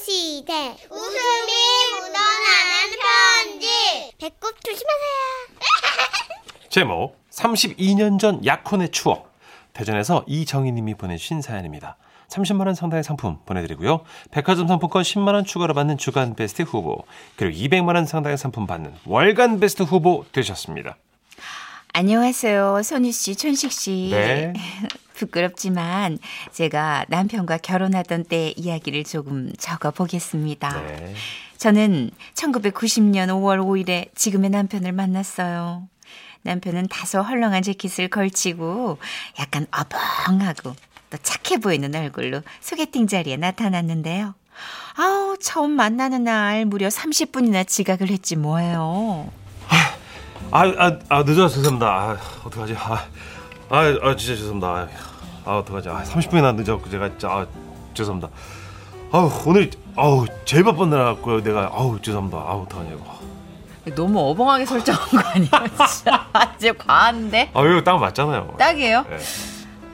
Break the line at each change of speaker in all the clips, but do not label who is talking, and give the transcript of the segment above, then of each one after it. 시대 웃음이 묻어나는 편지 배꼽 조심하세요
제목 32년 전 약혼의 추억 대전에서 이정희님이 보내주신 사연입니다. 30만 원 상당의 상품 보내드리고요. 백화점 상품권 10만 원 추가로 받는 주간 베스트 후보 그리고 200만 원 상당의 상품 받는 월간 베스트 후보 되셨습니다.
안녕하세요. 선희 씨, 천식 씨.
네.
부끄럽지만 제가 남편과 결혼하던 때 이야기를 조금 적어 보겠습니다.
네.
저는 1990년 5월 5일에 지금의 남편을 만났어요. 남편은 다소 헐렁한 재킷을 걸치고 약간 어벙하고 또 착해 보이는 얼굴로 소개팅 자리에 나타났는데요. 아우, 처음 만나는 날 무려 30분이나 지각을 했지 뭐예요.
아, 아, 아 늦어서 죄송합니다. 아, 어떡하지? 아, 아, 아, 진짜 죄송합니다. 아, 아, 어떡하지? 아, 30분이나 늦었고 제가 진짜 아, 죄송합니다. 아우 오늘 아우 제일 바쁜 날 같고요. 내가 아우 죄송합니다. 아우 어떡하냐고.
너무 어벙하게 설정한 거 아니야? 진짜 이제 과한데?
아 이거 딱 맞잖아요.
딱이에요?
예.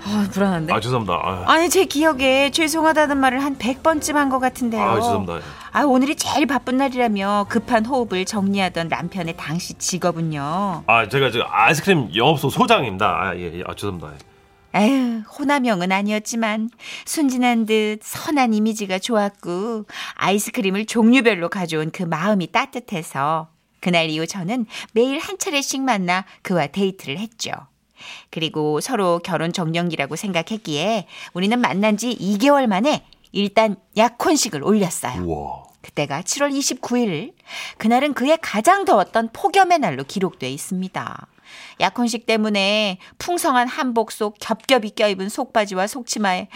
아, 불안한데?
아 죄송합니다. 아,
아니, 제 기억에 죄송하다는 말을 한 100번쯤 한 것 같은데요.
아, 죄송합니다.
아, 오늘이 제일 바쁜 날이라며 급한 호흡을 정리하던 남편의 당시 직업은요.
아 제가 지금 아이스크림 영업소 소장입니다. 아 예, 예. 아 죄송합니다.
에휴, 호남형은 아니었지만 순진한 듯 선한 이미지가 좋았고 아이스크림을 종류별로 가져온 그 마음이 따뜻해서 그날 이후 저는 매일 한 차례씩 만나 그와 데이트를 했죠. 그리고 서로 결혼 정령기라고 생각했기에 우리는 만난 지 2개월 만에 일단 약혼식을 올렸어요.
우와.
그때가 7월 29일. 그날은 그의 가장 더웠던 폭염의 날로 기록돼 있습니다. 약혼식 때문에 풍성한 한복 속 겹겹이 껴입은 속바지와 속치마에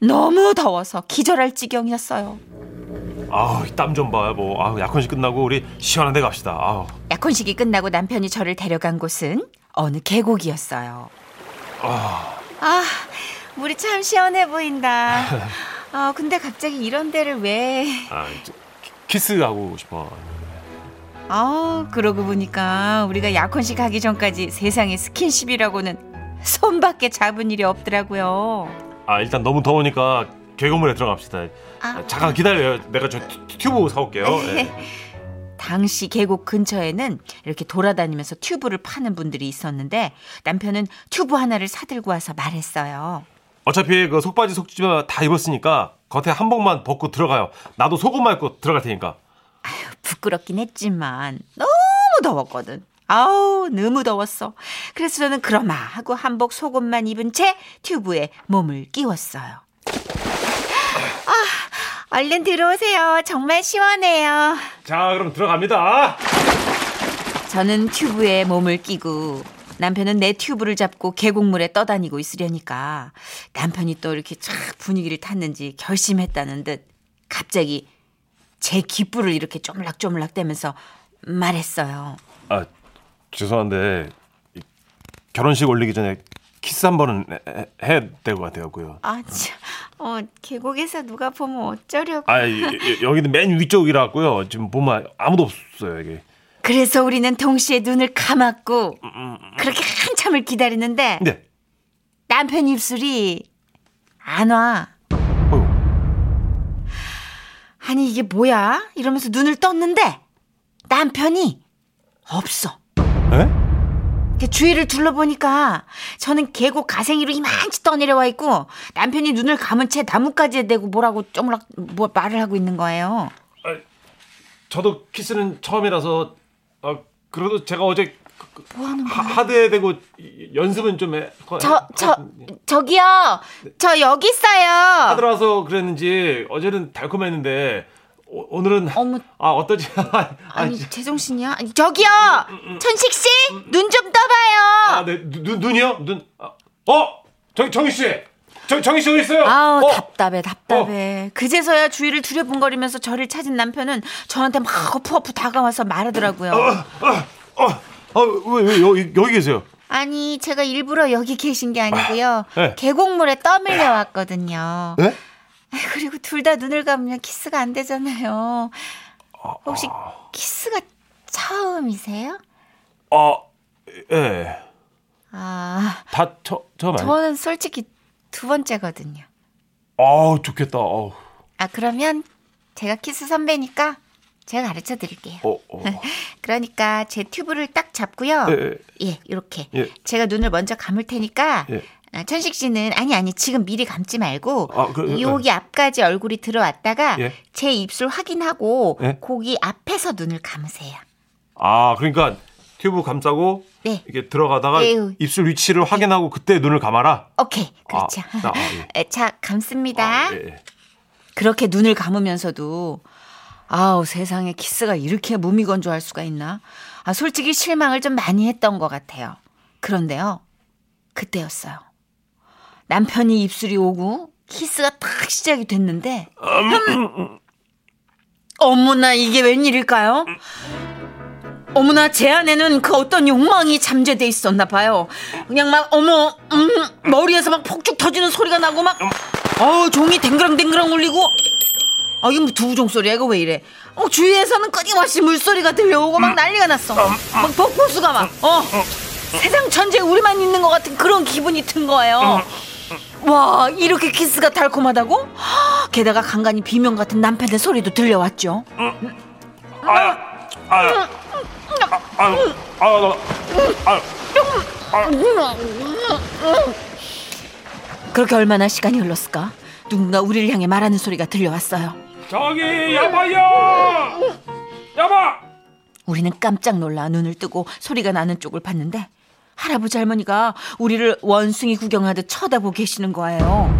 너무 더워서 기절할 지경이었어요.
아우 땀 좀 봐. 뭐 아우 약혼식 끝나고 우리 시원한 데 갑시다. 아우.
약혼식이 끝나고 남편이 저를 데려간 곳은 어느 계곡이었어요.
아.
아, 물이 참 시원해 보인다. 어, 근데 갑자기 이런 데를 왜?
아 이제 키- 키스하고 싶어.
아, 그러고 보니까 우리가 약혼식 하기 전까지 세상에 스킨십이라고는 손밖에 잡은 일이 없더라고요.
아 일단 너무 더우니까 계곡물에 들어갑시다.
아.
잠깐 기다려요. 내가 저 튜- 튜브 사올게요. 예.
당시 계곡 근처에는 이렇게 돌아다니면서 튜브를 파는 분들이 있었는데 남편은 튜브 하나를 사들고 와서 말했어요.
어차피 그 속바지 속지마 다 입었으니까 겉에 한복만 벗고 들어가요. 나도 속옷만 입고 들어갈 테니까.
부끄럽긴 했지만 너무 더웠거든. 아우 너무 더웠어. 그래서 저는 그러마 하고 한복 속옷만 입은 채 튜브에 몸을 끼웠어요. 아, 얼른 들어오세요. 정말 시원해요.
자 그럼 들어갑니다.
저는 튜브에 몸을 끼고 남편은 내 튜브를 잡고 계곡물에 떠다니고 있으려니까 남편이 또 이렇게 촥 분위기를 탔는지 결심했다는 듯 갑자기 제 귓불을 이렇게 쪼물락쪼물락 대면서 말했어요.
아 죄송한데 이 결혼식 올리기 전에 키스 한 번은 해- 해야 될 것 같아요.
아, 참. 어, 계곡에서 누가 보면 어쩌려고.
아 이- 이- 여기는 맨 위쪽이라고요. 지금 보면 아무도 없어요 이게.
그래서 우리는 동시에 눈을 감았고 그렇게 한참을 기다리는데
근데
남편 입술이 안 와.
어휴,
아니 이게 뭐야? 이러면서 눈을 떴는데 남편이 없어.
에?
이렇게 주위를 둘러보니까 저는 계곡 가생이로 이만치 떠내려와 있고 남편이 눈을 감은 채 나뭇가지에 대고 뭐라고 쪼물락 뭐 말을 하고 있는 거예요.
저도 키스는 처음이라서 아, 그래도 제가 어제 그- 그 하- 하드에 대고 이- 연습은 좀 해.
뭐 저,
아,
저, 저기요. 저 여기 있어요.
하드라서 그랬는지 어제는 달콤했는데 오, 늘은
어머.
아 어떨지 아,
아니, 제정신이야? 아니, 저기요!
음,
천식 씨! 눈 좀 떠봐요!
아, 네, 눈, 눈이요? 눈. 아, 어? 정, 정희 씨! 정, 정희 씨 어디 있어요?
아우
어?
답답해 답답해 그제서야 주위를 두려분거리면서 저를 찾은 남편은 저한테 막 어프어프 다가와서 말하더라고요
어, 아, 왜, 왜 여기, 여기 계세요?
아니 제가 일부러 여기 계신 게 아니고요
네.
계곡물에 떠밀려 왔거든요
네?
그리고 둘 다 눈을 감으면 키스가 안 되잖아요 혹시 키스가 처음이세요?
아, 예.
아
다 처, 처음 아니에요?
저는 솔직히 두 번째거든요
아우, 좋겠다. 아우.
아 그러면 제가 키스 선배니까 제가 가르쳐 드릴게요.
어, 어.
그러니까 제 튜브를 딱 잡고요.
예, 예.
예, 이렇게.
예.
제가 눈을 먼저 감을 테니까
예.
아, 천식 씨는 아니 아니 지금 미리 감지 말고
아, 그-
여기 앞까지 얼굴이 들어왔다가
예.
제 입술 확인하고
예.
고기 앞에서 눈을 감으세요.
아, 그러니까 튜브 감싸고
네.
이게 들어가다가
에휴.
입술 위치를 확인하고 그때 눈을 감아라.
오케이. 그렇죠.
아, 아, 예.
에, 자, 감습니다.
아, 예, 예.
그렇게 눈을 감으면서도 아우 세상에 키스가 이렇게 몸이 건조할 수가 있나? 아 솔직히 실망을 좀 많이 했던 것 같아요. 그런데요 그때였어요. 남편이 입술이 오고 키스가 딱 시작이 됐는데 흠! 어머나 이게 웬일일까요? 어머나 제 안에는 그 어떤 욕망이 잠재돼 있었나 봐요. 그냥 막 어머 음, 머리에서 막 폭죽 터지는 소리가 나고 막 어우 종이 댕그랑댕그랑 울리고 아 이거 뭐 두부종 소리야 이거 왜 이래? 어 주위에서는 끊임없이 물소리가 들려오고 막 난리가 났어. 막 폭포수가 막 어. 세상 천지에 우리만 있는 것 같은 그런 기분이 든 거예요. 와 이렇게 키스가 달콤하다고? 게다가 간간히 비명 같은 남편의 소리도 들려왔죠.
아유, 아유, 아유.
그렇게 얼마나 시간이 흘렀을까? 누군가 우리를 향해 말하는 소리가 들려왔어요.
저기 야봐요. 야봐.
우리는 깜짝 놀라 눈을 뜨고 소리가 나는 쪽을 봤는데 할아버지 할머니가 우리를 원숭이 구경하듯 쳐다보고 계시는 거예요.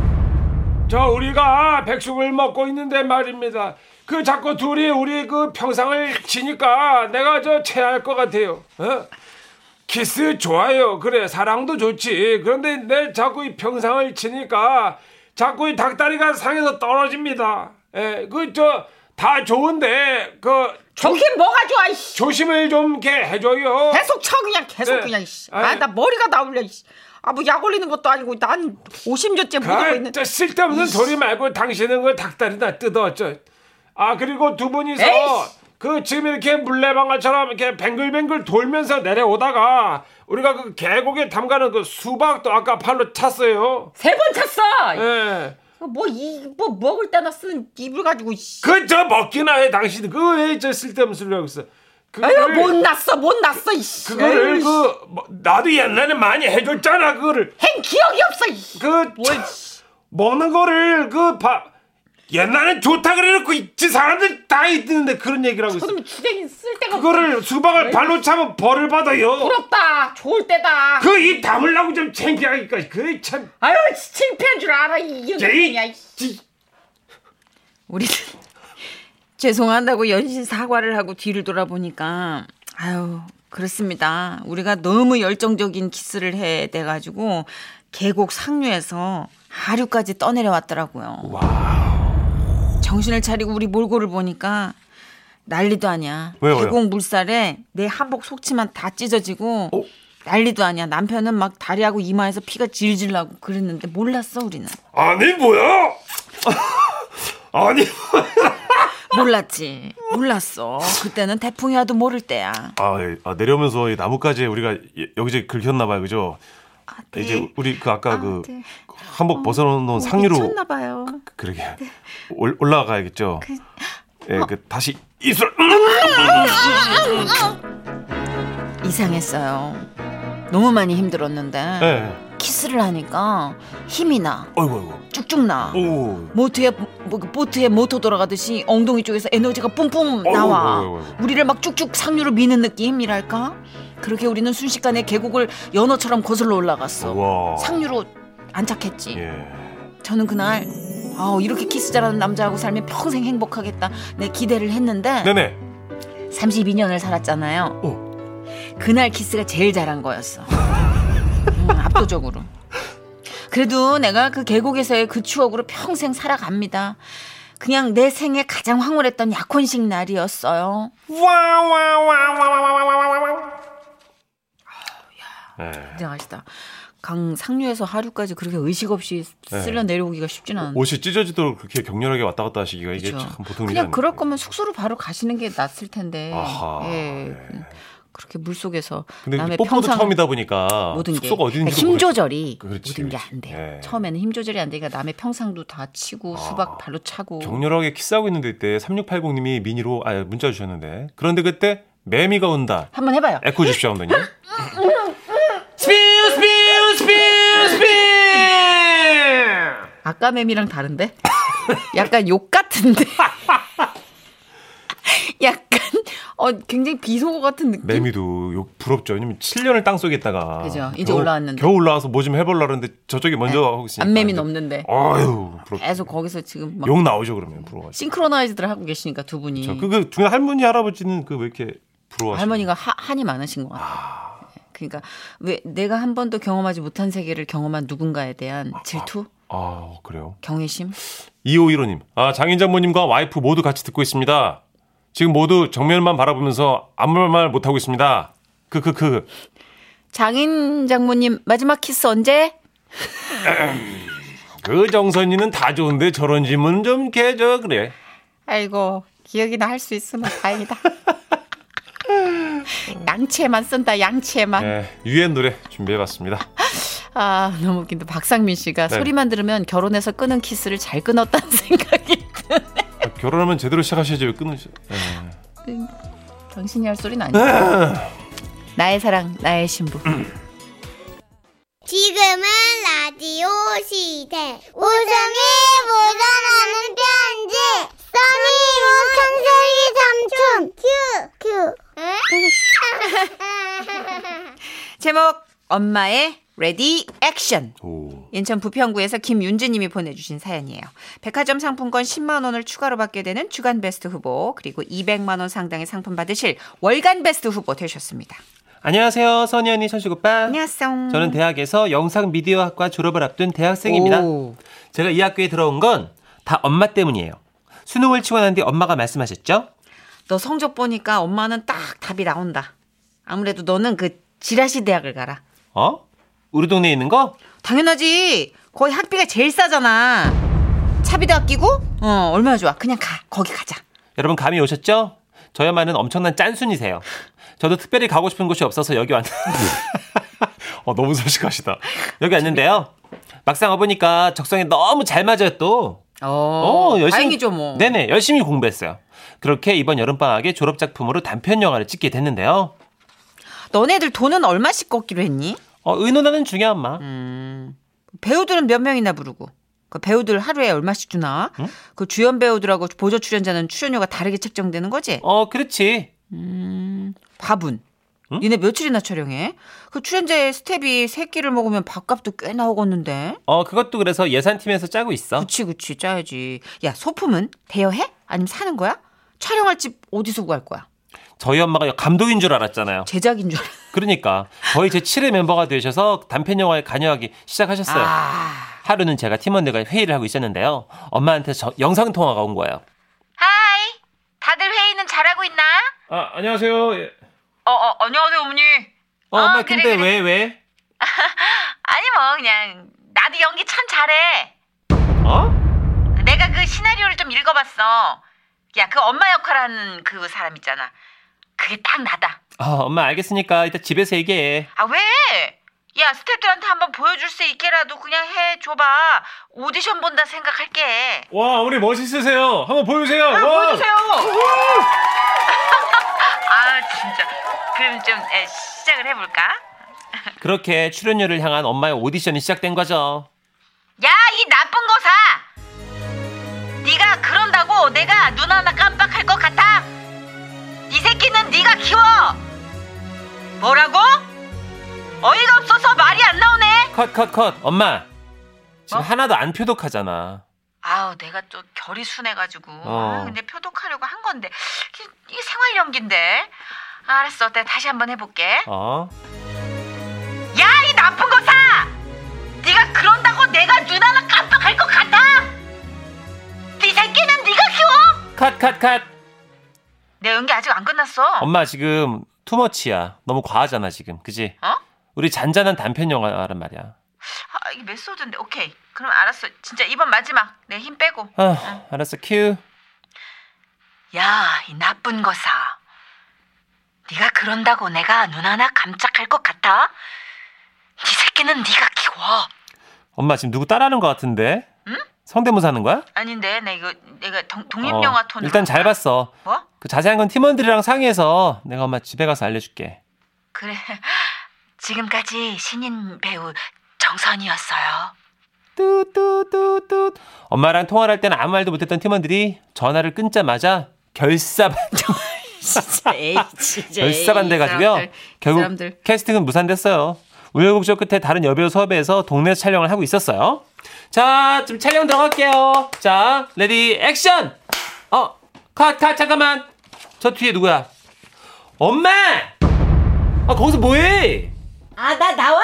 저 우리가 백숙을 먹고 있는데 말입니다. 그 자꾸 둘이 우리 그 평상을 치니까 내가 저 체할 것 같아요. 어? 키스 좋아요. 그래 사랑도 좋지. 그런데 내 자꾸 이 평상을 치니까 자꾸 이 닭다리가 상에서 떨어집니다. 예, 그 저 다 좋은데 그 조,
좋긴 뭐가 좋아 이씨
조심을 좀 이렇게 해줘요.
계속 쳐 그냥 계속
네.
그냥 이씨
아니.
아나 머리가 나올려 이씨 아뭐 약 올리는 것도 아니고 난 50년째 못 하고 있는
아, 저 쓸데없는 소리 말고 당신은 그 닭다리나 뜯어 저. 아 그리고 두 분이서
에이씨.
그 지금 이렇게 물레방아처럼 이렇게 뱅글뱅글 돌면서 내려오다가 우리가 그 계곡에 담가는 그 수박도 아까 팔로 찼어요.
세 번 찼어
예.
뭐 이 뭐 먹을 때나 쓰는 입을 가지고 이씨
그 저 먹기나 해 당신. 그왜저 쓸데없는 소리 하고 있어.
아유
그거를-
못 났어 못 났어 이씨
그거를
에이,
그 뭐, 나도 옛날에 많이 해줬잖아 그거를.
행 기억이 없어 이씨
그
뭘
참,
이씨
먹는 거를 그 봐. 옛날엔 좋다 그래놓고 있지 사람들 다 있는데 그런 얘기를 하고 있어.
그놈이 주댕이 쓸 데가
그거를 수박을 발로 차면 벌을 받아요.
부럽다 좋을 때다
그 이 담으려고 좀 챙겨야니까 그참
아유 씨, 창피한 줄 알아 이 연기야
제이
이씨
지-
우리는 죄송한다고 연신 사과를 하고 뒤를 돌아보니까 아유 그렇습니다. 우리가 너무 열정적인 키스를 해대 가지고 계곡 상류에서 하류까지 떠내려왔더라고요. 정신을 차리고 우리 몰골을 보니까 난리도 아니야.
왜요, 왜요?
계곡 물살에 내 한복 속치만 다 찢어지고
어?
난리도 아니야. 남편은 막 다리하고 이마에서 피가 질질 나고 그랬는데 몰랐어 우리는.
아니 뭐야? 아니
몰랐지. 몰랐어. 그때는 태풍이 와도 모를 때야.
아, 예. 아, 내려오면서 이 나뭇가지에 우리가 예- 여기저기 긁혔나봐요, 그죠?
아,
이제 우리 그 아까 그
네.
한복 벗어놓은 상류로
미쳤나 봐요.
그러게 올, 올라가야겠죠. 예,
어.
그 다시 입술
음!
이상했어요. 너무 많이 힘들었는데
예.
키스를 하니까 힘이 나.
어이구,
쭉쭉 나.
어이구. 오.
모트에 뭐, 그 보트에 모터 돌아가듯이 엉덩이 쪽에서 에너지가 뿜뿜 나와.
어이구, 어이구, 어이구.
우리를 막 쭉쭉 상류로 미는 느낌이랄까? 그렇게 우리는 순식간에 계곡을 연어처럼 거슬러 올라갔어.
우와.
상류로 안착했지.
예.
저는 그날 아 이렇게 키스 잘하는 남자하고 살면 평생 행복하겠다 내 기대를 했는데
네네.
32년을 살았잖아요. 그날 키스가 제일 잘한 거였어. 음, 압도적으로. 그래도 내가 그 계곡에서의 그 추억으로 평생 살아갑니다. 그냥 내 생에 가장 황홀했던 약혼식 날이었어요.
와와와와와와와와와 예.
굉장하시다. 강 상류에서 하류까지 그렇게 의식 없이 쓸려 내려오기가 쉽진 않은데.
옷이 찢어지도록 그렇게 격렬하게 왔다 갔다 하시기가 이게
그렇죠.
참 보통 일이
그냥
아니에요.
그럴 거면 숙소로 바로 가시는 게 낫을 텐데.
아하,
예.
네.
그렇게 물 속에서
근데
남의
이제 뽀뽀도
평상
처음이다 보니까
모든 게 그러니까
숙소가 어디 있는지
힘 조절이
그렇지,
모든 게
그렇지.
안 돼요.
예. 아.
처음에는 힘 조절이 안 되니까 남의 평상도 다 치고 수박 발로 차고
격렬하게 키스하고 있는데 이때 3680님이 미니로 아 문자 주셨는데 그런데 그때 매미가 온다.
한번 해봐요.
에코 주십시오 감독님.
스피우 스피우 스피우 스피우
아까 매미랑 다른데? 약간 욕 같은데? 약간 어 굉장히 비속어 같은 느낌.
매미도 요- 부럽죠. 왜냐면 7년을 땅 속에 있다가
그죠. 이제
겨우-
올라왔는데. 네.
겨우 올라와서 뭐 좀 해보려고 하는데 저쪽이 먼저 하고 있으니까.
안매미
근데-
넘는데
아유 부럽.
계속 거기서 지금 막
어. 욕 나오죠 그러면 부러워.
싱크로나이즈들 하고 계시니까 두 분이
그그 중에 할머니 할아버지는 그 왜 이렇게 부러워?
할머니가 하- 한이 많으신 것 같아요. 네. 그러니까 왜 내가 한 번도 경험하지 못한 세계를 경험한 누군가에 대한 질투,
아 그래요.
경외심.
2515님. 아, 장인장모님과 와이프 모두 같이 듣고 있습니다. 지금 모두 정면만 바라보면서 아무 말 못하고 있습니다. 그, 그, 그.
장인 장모님 마지막 키스 언제?
그 정선이는 다 좋은데 저런 질문 좀 개져, 그래.
아이고 기억이나 할 수 있으면 다행이다. 양치에만 쓴다 양치에만.
네, 유엔 노래 준비해봤습니다.
아 너무 웃긴다. 박상민 씨가
네.
소리만 들으면 결혼해서 끊은 키스를 잘 끊었다는 생각이.
아, 결혼하면 제대로 시작하셔야지 왜 끊으셔. 네.
당신이 할 소리는 아니야. 나의 사랑 나의 신부.
음.
지금은 라디오 시대. 웃음이 묻어나는 편지. 써니 우천세기 삼촌. 큐. 큐.
제목 엄마의 레디 액션.
오.
인천 부평구에서 김윤지님이 보내주신 사연이에요. 백화점 상품권 10만 원을 추가로 받게 되는 주간 베스트 후보 그리고 200만 원 상당의 상품 받으실 월간 베스트 후보 되셨습니다.
안녕하세요, 선희 언니, 천식 오빠.
안녕하세요.
저는 대학에서 영상 미디어학과 졸업을 앞둔 대학생입니다.
오.
제가 이 학교에 들어온 건 다 엄마 때문이에요. 수능을 치고 난 뒤 엄마가 말씀하셨죠?
너 성적 보니까 엄마는 딱 답이 나온다. 아무래도 너는 그 지라시 대학을 가라.
어? 우리 동네에 있는 거?
당연하지. 거의 학비가 제일 싸잖아. 차비도 아끼고 어 얼마나 좋아. 그냥 가 거기 가자.
여러분 감이 오셨죠? 저희 엄마는 엄청난 짠순이세요. 저도 특별히 가고 싶은 곳이 없어서 여기 왔. 어 너무 솔직하시다. 여기 왔는데요. 막상 와보니까 적성에 너무 잘 맞아요 또.
어, 다행이죠 뭐.
네네 열심히 공부했어요. 그렇게 이번 여름 방학에 졸업 작품으로 단편 영화를 찍게 됐는데요.
너네들 돈은 얼마씩 걷기로 했니?
어 의논하는 중이야 엄마.
음. 배우들은 몇 명이나 부르고 그 배우들 하루에 얼마씩 주나? 그 주연 배우들하고 보조 출연자는 출연료가 다르게 책정되는 거지?
어 그렇지.
밥은? 니네 며칠이나 촬영해? 그 출연자의 스텝이 세 끼를 먹으면 밥값도 꽤 나오겠는데?
어 그것도 그래서 예산팀에서 짜고 있어.
그치 그치 짜야지. 야 소품은 대여해? 아니면 사는 거야? 촬영할 집 어디서 구할 거야?
저희 엄마가 감독인 줄 알았잖아요.
제작인 줄 알았어.
그러니까 거의 제 7회 멤버가 되셔서 단편 영화에 관여하기 시작하셨어요.
아.
하루는 제가 팀원들과 회의를 하고 있었는데요. 엄마한테 저, 영상 통화가 온 거예요.
하이 다들 회의는 잘하고 있나?
아 안녕하세요.
어 어, 안녕하세요 어머니.
어,
아,
엄마 근데 왜 왜?
아니 뭐 그냥 나도 연기 참 잘해.
어?
내가 그 시나리오를 좀 읽어봤어. 야, 그 엄마 역할하는 그 사람 있잖아. 그게 딱 나다.
아 엄마 알겠으니까 이따 집에서 얘기해.
아 왜? 야, 스태프들한테 한번 보여줄 수 있게라도 그냥 해 줘봐. 오디션 본다 생각할게.
와 우리 멋있으세요. 한번 보여주세요.
아 진짜. 그럼 좀 에, 시작을 해볼까?
그렇게 출연료를 향한 엄마의 오디션이 시작된 거죠.
야, 이 나쁜 거사. 네가 그런다고 내가 눈 하나 깜빡할 것 같아. 이 새끼는 네가 키워. 뭐라고? 어이가 없어서 말이 안 나오네.
컷 컷 컷. 엄마 지금 하나도 안 표독하잖아.
아우, 내가 또 결이 순해가지고.
어.
아, 근데 표독하려고 한 건데 이게 생활 연기인데. 아, 알았어, 내가 다시 한번 해볼게.
어?
야, 이 나쁜 거사. 네가 그런다고 내가 눈 하나 깜빡할 것 같아. 네 새끼는 네가 키워.
컷 컷 컷.
내 연기 아직 안 끝났어.
엄마 지금 투머치야. 너무 과하잖아 지금. 그지?
어?
우리 잔잔한 단편 영화란 말이야.
아, 이게 메소드인데. 오케이. 그럼 알았어. 진짜 이번 마지막. 내 힘 빼고.
아, 알았어 큐.
야, 이 나쁜 거사.
네가 그런다고 내가 눈 하나 깜짝할 것 같아? 네 새끼는 네가 키워.
엄마 지금 누구 따라하는 것 같은데? 성대모사 하는 거야?
아닌데 나 이거 내가 동,
어,
독립영화 톤
일단 잘 봤어.
뭐?
그 자세한 건 팀원들이랑 상의해서 내가 엄마 집에 가서 알려줄게.
그래. 지금까지 신인 배우 정선이었어요.
뚜뚜뚜뚜. 엄마랑 통화를 할 때는 아무 말도 못했던 팀원들이 전화를 끊자마자 결사반
에이, 진짜.
결사반 돼가지고요. 결국 캐스팅은 무산됐어요. 우여곡절 끝에 다른 여배우 섭외해서 동네에서 촬영을 하고 있었어요. 자, 지금 촬영 들어갈게요. 자, 레디 액션. 어, 컷, 컷, 잠깐만. 저 뒤에 누구야? 엄마! 아, 거기서 뭐해?
아, 나 나와?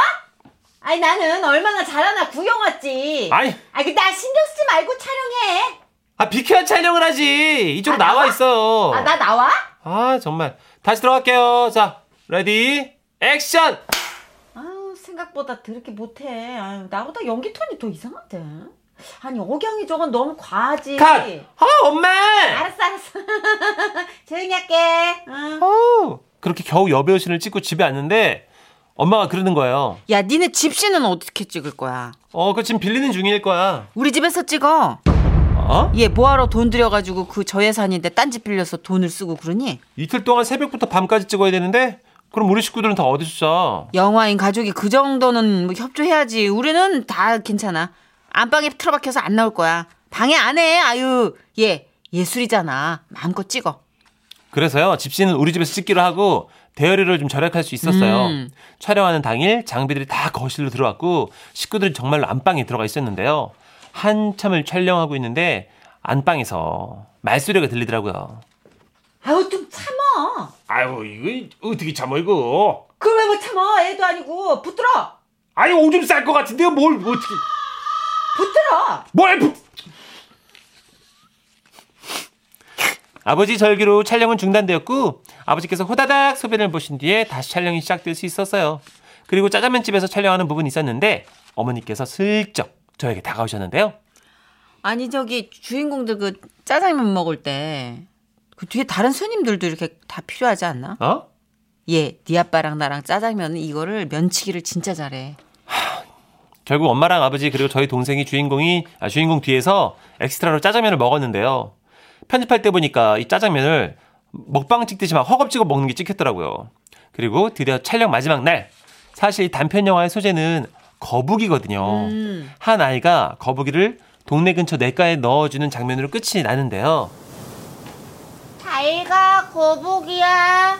아니, 나는 얼마나 잘하나 구경 왔지.
아니,
아, 그, 나 신경 쓰지 말고 촬영해.
아, 비켜야 촬영을 하지. 이쪽으로
아,
나와
나와?
있어요.
아, 나 나와?
아, 정말. 다시 들어갈게요. 자, 레디 액션.
아유, 생각보다 더럽게 못해. 아유, 나보다 연기 톤이 더 이상한데. 아니, 억양이 저건 너무 과하지.
컷. 아, 엄마.
알았어, 알았어. 조용히 할게. 응.
어, 그렇게 겨우 여배우신을 찍고 집에 왔는데 엄마가 그러는 거예요.
야, 니네 집시는 어떻게 찍을 거야?
어, 그 지금 빌리는 중일 거야.
우리 집에서 찍어.
어?
얘 뭐하러 돈 들여가지고 그 저예산인데 딴 집 빌려서 돈을 쓰고 그러니?
이틀 동안 새벽부터 밤까지 찍어야 되는데 그럼 우리 식구들은 다 어디서 자?
영화인 가족이 그 정도는 뭐 협조해야지. 우리는 다 괜찮아. 안방에 틀어박혀서 안 나올 거야. 방해 안 해. 아유, 얘 예술이잖아. 마음껏 찍어.
그래서요, 집시는 우리 집에서 찍기로 하고 대여료를 좀 절약할 수 있었어요. 촬영하는 당일 장비들이 다 거실로 들어왔고 식구들이 정말로 안방에 들어가 있었는데요. 한참을 촬영하고 있는데 안방에서 말소리가 들리더라고요.
아유, 좀 참어.
아유 이거 어떻게 참아 이거?
그걸 왜 못 참어? 애도 아니고. 붙들어.
아니 오줌 쌀 것 같은데 뭘뭐 어떻게
붙들어.
뭘 부...
아버지 절기로 촬영은 중단되었고 아버지께서 호다닥 소변을 보신 뒤에 다시 촬영이 시작될 수 있었어요. 그리고 짜장면 집에서 촬영하는 부분이 있었는데 어머니께서 슬쩍 저에게 다가오셨는데요.
아니 저기 주인공들 그 짜장면 먹을 때 그 뒤에 다른 손님들도 이렇게 다 필요하지 않나?
어?
예,
얘, 네 아빠랑 나랑 짜장면 이거를 면치기를 진짜 잘해.
결국 엄마랑 아버지 그리고 저희 동생이 주인공이 아, 주인공 뒤에서 엑스트라로 짜장면을 먹었는데요. 편집할 때 보니까 이 짜장면을 먹방 찍듯이 막 허겁지겁 먹는 게 찍혔더라고요. 그리고 드디어 촬영 마지막 날 사실 이 단편 영화의 소재는 거북이거든요. 한 아이가 거북이를 동네 근처 냇가에 넣어주는 장면으로 끝이 나는데요.
잘가 거북이야.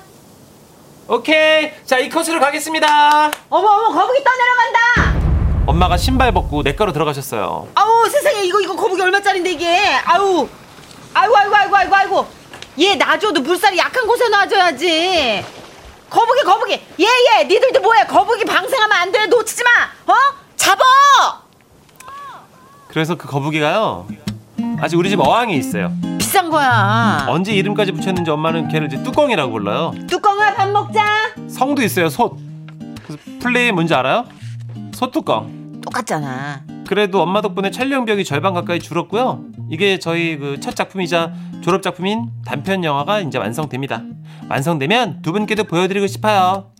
오케이, 자 이 컷으로 가겠습니다.
어머, 어머, 거북이 떠내려간다.
엄마가 신발 벗고 냇가로 들어가셨어요.
아우, 세상에. 이거, 이거 거북이 얼마짜린데, 이게. 아우. 아이고, 아이고, 아이고, 아이고, 아이고. 얘 놔줘도 물살이 약한 곳에 놔줘야지. 거북이, 거북이. 얘, 얘. 니들도 뭐해. 거북이 방생하면 안 돼. 놓치지 마. 어? 잡어!
그래서 그 거북이가요. 아직 우리 집 어항에 있어요.
비싼 거야.
언제 이름까지 붙였는지 엄마는 걔를 이제 뚜껑이라고 불러요.
뚜껑아, 밥 먹자.
성도 있어요, 솥. 그래서 플레이 뭔지 알아요? 솥뚜껑.
똑같잖아.
그래도 엄마 덕분에 촬영 비용이 절반 가까이 줄었고요. 이게 저희 그 첫 작품이자 졸업 작품인 단편 영화가 이제 완성됩니다. 완성되면 두 분께도 보여드리고 싶어요.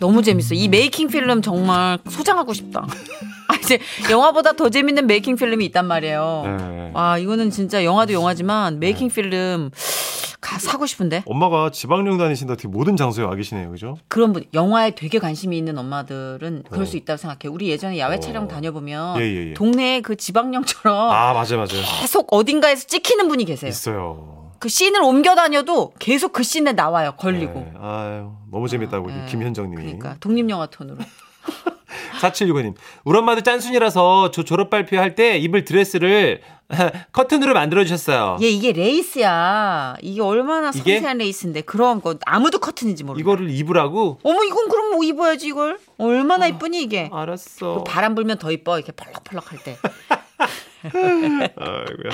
너무 재밌어. 이 메이킹 필름 정말 소장하고 싶다. 아, 이제 영화보다 더 재밌는 메이킹 필름이 있단
네.
말이에요. 와, 이거는 진짜 영화도 영화지만 메이킹 필름 가, 사고 싶은데.
엄마가 지방령 다니신다 되게 모든 장소에 와 계시네요, 그죠?
그런 분 영화에 되게 관심이 있는 엄마들은 그럴
어.
수 있다고 생각해. 요 우리 예전에 야외
어.
촬영 다녀보면
예, 예, 예.
동네에 그 지방령처럼
아 맞아 맞아
계속 어딘가에서 찍히는 분이 계세요.
있어요.
그 씬을 옮겨 다녀도 계속 그 씬에 나와요. 걸리고.
네, 아유 너무 재밌다고
예.
김현정님이.
그러니까 독립 영화 톤으로.
4765님. 우리 엄마도 짠순이라서 저 졸업 발표할 때 입을 드레스를 커튼으로 만들어주셨어요.
얘 이게 레이스야. 이게 얼마나
아. 이게?
섬세한 레이스인데 그런 거 아무도 커튼인지 모르. 이거...
이거를 입으라고?
어머 이건 그럼 뭐 입어야지 이걸. 얼마나
아.
이쁘니 이게. 그
알았어.
바람 불면 더 이뻐 이렇게 펄럭펄럭할 때.
아이고야.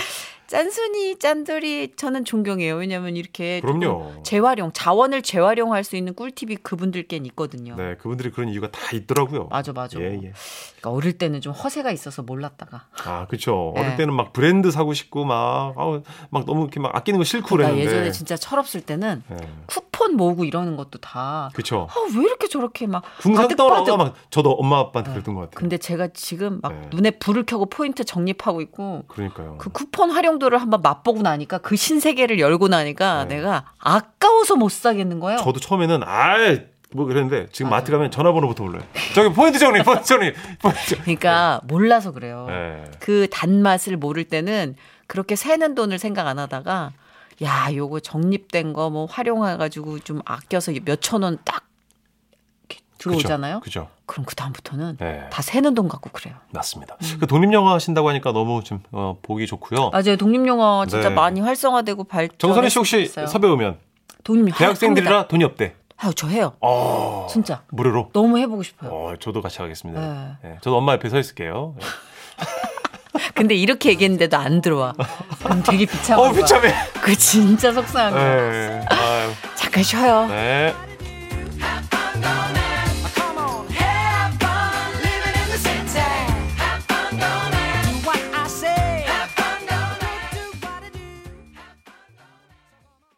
짠순이, 짠돌이 저는 존경해요. 왜냐면 이렇게 조금
그럼요.
재활용, 자원을 재활용할 수 있는 꿀팁이 그분들께는 있거든요.
네, 그분들이 그런 이유가 다 있더라고요.
맞아, 맞아.
예, 예.
그러니까 어릴 때는 좀 허세가 있어서 몰랐다가
아, 그쵸.
예.
어릴 때는 막 브랜드 사고 싶고, 막, 아우, 막 너무 이렇게 막 아끼는 거 싫고
나
그랬는데.
예전에 진짜 철없을 때는
예.
쿠폰 모으고 이러는 것도 다
그쵸.
아, 왜 이렇게 저렇게 막
군산
바득바득.
떠나가 막, 저도 엄마 아빠한테 그랬던 것 같아요.
네. 근데 제가 지금 막
네. 음.
눈에 불을 켜고 포인트 정립하고 있고
그러니까요.
그 쿠폰 활용도를 한번 맛보고 나니까 그 신세계를 열고 나니까 내가 아까워서 못 사겠는 거예요.
네. 저도 처음에는, 아이, 뭐 그랬는데, 지금 마트 가면 전화번호부터 올라요. 저기 포인트 정리, 포인트 정리, 포인트 정리.
그러니까
네.
몰라서 그래요.
예.
그 단맛을 모를 때는 그렇게 새는 돈을 생각 안 하다가 야, 요거 적립된 거 뭐 활용해 가지고 좀 아껴서 몇천 원 딱 들어오잖아요.
그죠. 그죠.
그럼 그 다음부터는
네.
다 새는 돈 갖고 그래요.
맞습니다. 그 독립영화 하신다고 하니까 너무 좀, 어, 보기 좋고요.
맞아요. 독립영화 진짜
네.
많이 활성화되고 발전.
정선희 씨 혹시 섭외 오면
독립영화 합니다.
대학생들이라 돈이 없대.
아유, 저 해요.
어,
진짜.
무료로.
너무 해보고 싶어요.
어, 저도 같이 가겠습니다.
네.
예, 저도 엄마 옆에 서 있을게요. 예.
근데 이렇게 얘기했는데도 안 들어와. 그럼 되게 비참한
어,
거야. 네.
비참해.
그 진짜 속상한 거야.
예, 아유,
잠깐 쉬어요.
네.